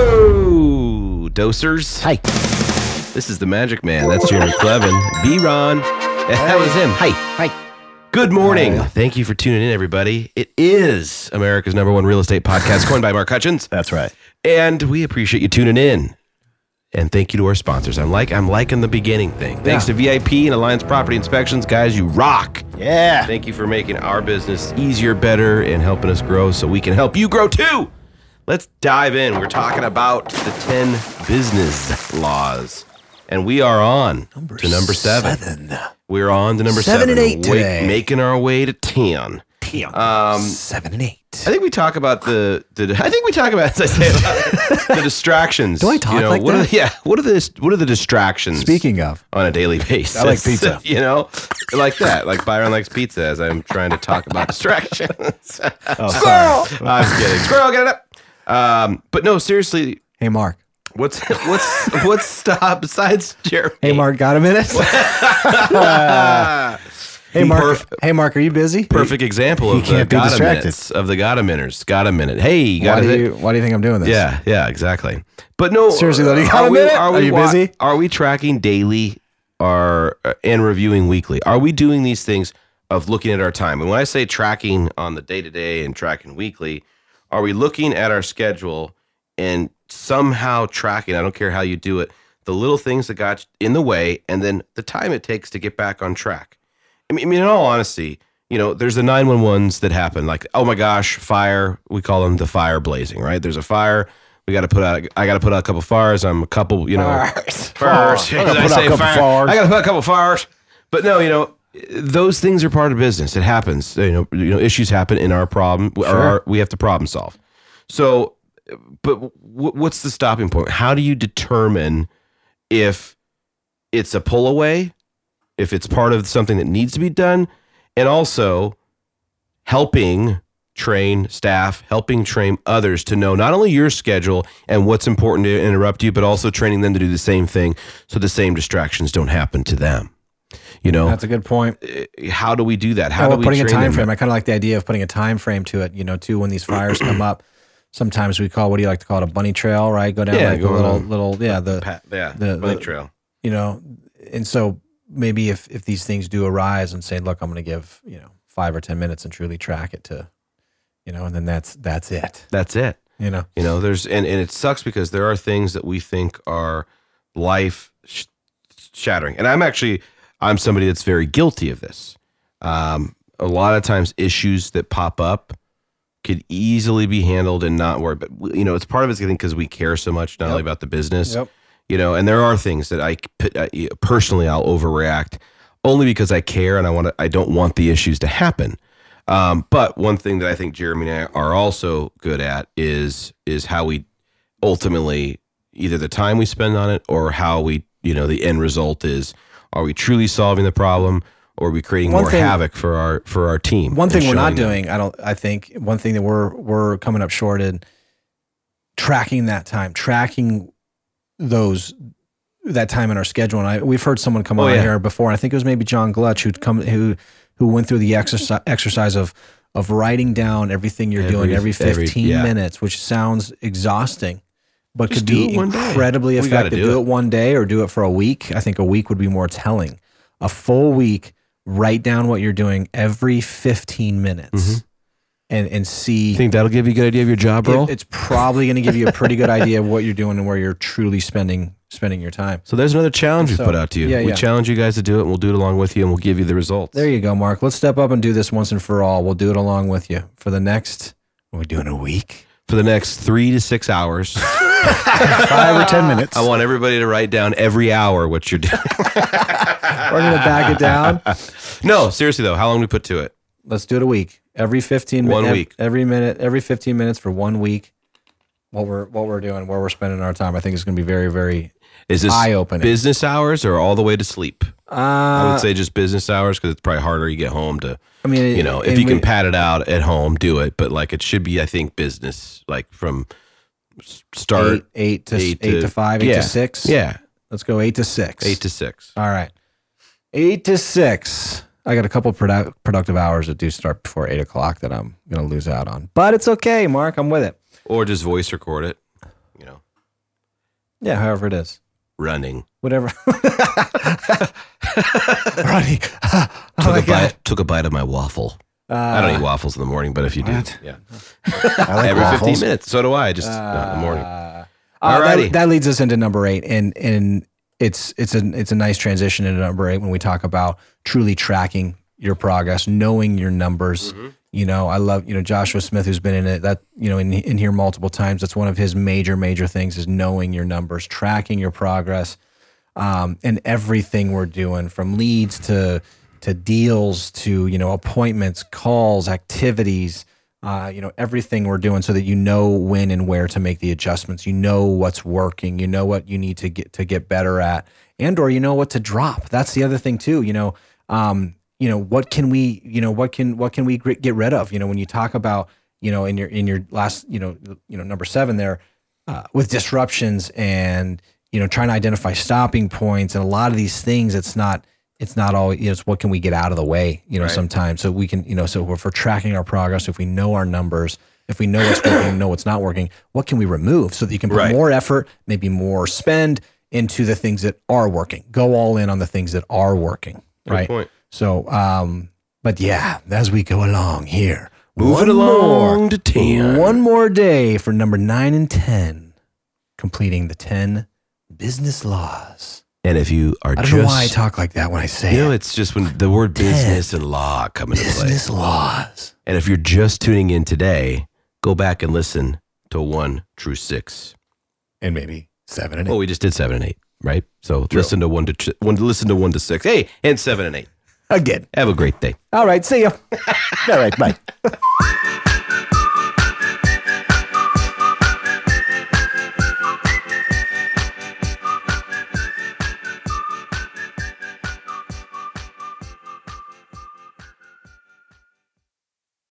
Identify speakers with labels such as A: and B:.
A: Hello, dosers.
B: Hi.
A: This is the Magic Man. That's Jeremy Clevin. B Ron. That was him.
B: Hi. Hi.
A: Good morning.
B: Hi.
A: Thank you for tuning in, everybody. It is America's number one real estate podcast, coined by Mark Hutchins,
B: That's right.
A: and we appreciate you tuning in. And thank you to our sponsors. I'm like I'm liking the beginning thing. Thanks to
B: Yeah.
A: VIP and Alliance Property Inspections, guys. You rock.
B: Yeah.
A: Thank you for making our business easier, better, and helping us grow so we can help you grow too. Let's dive in. We're talking about the 10 business laws. And we are on to number seven. We're on to number
B: Seven
A: seven.
B: and eight
A: Wa-
B: today.
A: Making our way to 10.
B: Damn.
A: Um,
B: Seven and eight.
A: I think we talk about the, the I think we talk about as I say a lot, the distractions.
B: Do I talk like
A: what Are
B: that?
A: the, yeah. What are the what are the distractions?
B: Speaking of,
A: on a daily basis.
B: I like pizza.
A: you know, like that, like Byron likes pizza. As I'm trying to talk about distractions.
B: oh,
A: I'm kidding. Squirrel, get it up. Um, but no, seriously,
B: Hey, Mark.
A: what's what's what's stop besides Jeremy?
B: Hey, Mark. Got a minute?
A: Ah,
B: hey, Mark.
A: Perf-
B: hey, Mark. Are you busy?
A: perfect example
B: He
A: of the
B: can't be
A: got a
B: distracted.
A: minutes of the got a minutes. Got a minute. Hey, you got
B: Why
A: a
B: do
A: minute.
B: you Why do you think I'm doing this?
A: Yeah, yeah, exactly. But no, uh,
B: Seriously, though, do you got a
A: we-
B: minute? Are
A: we
B: you
A: wa-
B: busy?
A: Are we tracking daily, or and reviewing weekly? Are we doing these things of looking at our time? And when I say tracking on the day to day and tracking weekly, are we looking at our schedule and somehow tracking? I don't care how you do it. The little things that got in the way, and then the time it takes to get back on track. I mean, I mean in all honesty, you know, there's the 911s that happen. Like, oh my gosh, fire. We call them the fire blazing, right? There's a fire. We got to put out, I got to put out a couple fires. I'm a couple, you know,
B: Fires.
A: fires.
B: I
A: I
B: gotta Oh, put out
A: say
B: a couple
A: fire.
B: fires.
A: I got to put out a couple fires. But no, you know, those things are part of business. It happens. You know, you know issues happen in our problem. Or our, we have to problem solve. So, but w- what's the stopping point? How do you determine if it's a pull away, if it's part of something that needs to be done, and also helping train staff, helping train others to know not only your schedule and what's important to interrupt you, but also training them to do the same thing so the same distractions don't happen to them. You know,
B: That's a good point.
A: Uh, how do we do that? How
B: How
A: do
B: about
A: we
B: putting a
A: train
B: time
A: them?
B: frame? I kind of like the idea of putting a time frame to it. You know, too when these fires come up, sometimes we call what do you like to call it a bunny trail, right? Go down
A: Yeah,
B: like
A: go
B: a little
A: on.
B: little yeah the
A: Pa- yeah,
B: The-
A: bunny
B: the-
A: trail.
B: you know, and so maybe if if these things do arise and say, look, I'm going to give you know five or ten minutes and truly track it to, you know, and then that's that's it.
A: That's it.
B: You know,
A: You know, there's and, and it sucks because there are things that we think are life sh- shattering, and I'm actually I'm somebody that's very guilty of this. Um, a lot of times, issues that pop up could easily be handled and not worry. But you know, it's part of it's getting because we care so much not
B: Yep.
A: only about the business,
B: Yep.
A: you know, and there are things that I p- I- personally I'll overreact only because I care and I want to. I don't want the issues to happen. Um, but one thing that I think Jeremy and I are also good at is is how we ultimately either the time we spend on it or how we you know the end result is are we truly solving the problem or are we creating
B: One
A: more
B: thing-
A: havoc for our for our team?
B: one
A: and
B: thing we're
A: showing
B: not
A: them-
B: doing, I don't. I think one thing that we're we're coming up short in tracking that time, tracking those that time in our schedule. And I we've heard someone come
A: Oh,
B: on
A: yeah.
B: here before. I think it was maybe John Glutch who'd come who who went through the exercise exercise of of writing down everything you're doing every
A: Every- every-
B: 15
A: yeah.
B: minutes, which sounds exhausting. But
A: Just
B: could
A: do
B: be
A: it one day.
B: incredibly
A: We gotta
B: effective.
A: do
B: Do, it one day or do it for a week. I think a week would be more telling. A full week, write down what you're doing every 15 minutes
A: Mhm.
B: and, and see.
A: You think that'll give you a good idea of your job
B: It-
A: role?
B: it's probably going to give you a pretty good idea of what you're doing and where you're truly spending spending your time.
A: so there's another challenge we
B: So,
A: put out to you.
B: yeah,
A: we
B: yeah.
A: challenge you guys to do it, and we'll do it along with you, and we'll give you the results.
B: There you go, Mark. Let's step up and do this once and for all. We'll do it along with you for the next. Are we doing a week?
A: for the next three to six hours.
B: Five or ten minutes.
A: I want everybody to write down every hour what you're doing.
B: We're going to back it down.
A: no, seriously though, how long do we put to it?
B: Let's do it a week. Every fifteen
A: One
B: minutes.
A: week.
B: Every minute. Every fifteen minutes for one week. What we're what we're doing, where we're spending our time, I think is going to be very very
A: Is this
B: eye opening.
A: business hours or all the way to sleep?
B: Uh,
A: I would say just business hours because it's probably harder you get home to
B: I mean,
A: you know if
B: and
A: you can
B: we-
A: pat it out at home, do it. But like it should be, I think, business like from s- start.
B: eight, eight to eight,
A: eight
B: to,
A: to-
B: five, eight
A: yeah,
B: to six.
A: Yeah,
B: let's go eight to six.
A: eight to six.
B: all right, eight to six. I got a couple produ- productive hours that do start before eight o'clock that I'm going to lose out on, but it's okay, Mark. I'm with it.
A: or just voice record it. You know,
B: Yeah, however it is.
A: running.
B: Whatever. Ronnie. oh
A: Took
B: my
A: a
B: God.
A: bite. Took a bite of my waffle.
B: Uh,
A: I don't eat waffles in the morning, but if you do,
C: what?
A: yeah,
C: I like
A: every
C: waffles.
A: fifteen minutes. So do I. Just not in the morning.
B: Uh, uh,
A: Alrighty.
B: that, that leads us into number eight, and and it's it's a it's a nice transition into number eight when we talk about truly tracking your progress, knowing your numbers. You know, I love you know Joshua Smith, who's been in it that you know in in here multiple times. That's one of his major major things is knowing your numbers, tracking your progress, um, and everything we're doing from leads to to deals to you know appointments, calls, activities uh, you know everything we're doing so that you know when and where to make the adjustments you know what's working you know what you need to get to get better at and or you know what to drop that's the other thing too you know um, you know what can we you know what can what can we gr- get rid of you know when you talk about you know in your in your last you know you know number seven there uh, with disruptions and you know trying to identify stopping points and a lot of these things it's not it's not always you know, it's what can we get out of the way you know
A: Right.
B: sometimes so we can you know so if we're tracking our progress if we know our numbers if we know what's working know what's not working what can we remove so that you can put
A: Right.
B: more effort maybe more spend into the things that are working go all in on the things that are working
A: Good
B: right
A: point.
B: so um but yeah as we go along here
A: Move
B: one
A: it along to
B: more,
A: ten.
B: one more day for number nine and ten completing the 10 business laws
A: And if you are
B: i don't
A: just,
B: know why i talk like that when i say
A: you know,
B: it
A: it's just when the word business and law come into play.
B: business laws
A: And if you're just tuning in today, go back and listen to one through six.
B: and maybe seven and eight.
A: Well, we just did seven and eight, right? So listen to one to ch- one. Listen to one to six. Hey, and seven and eight.
B: Again.
A: Have a great day.
B: All right. See you.
C: All right, bye.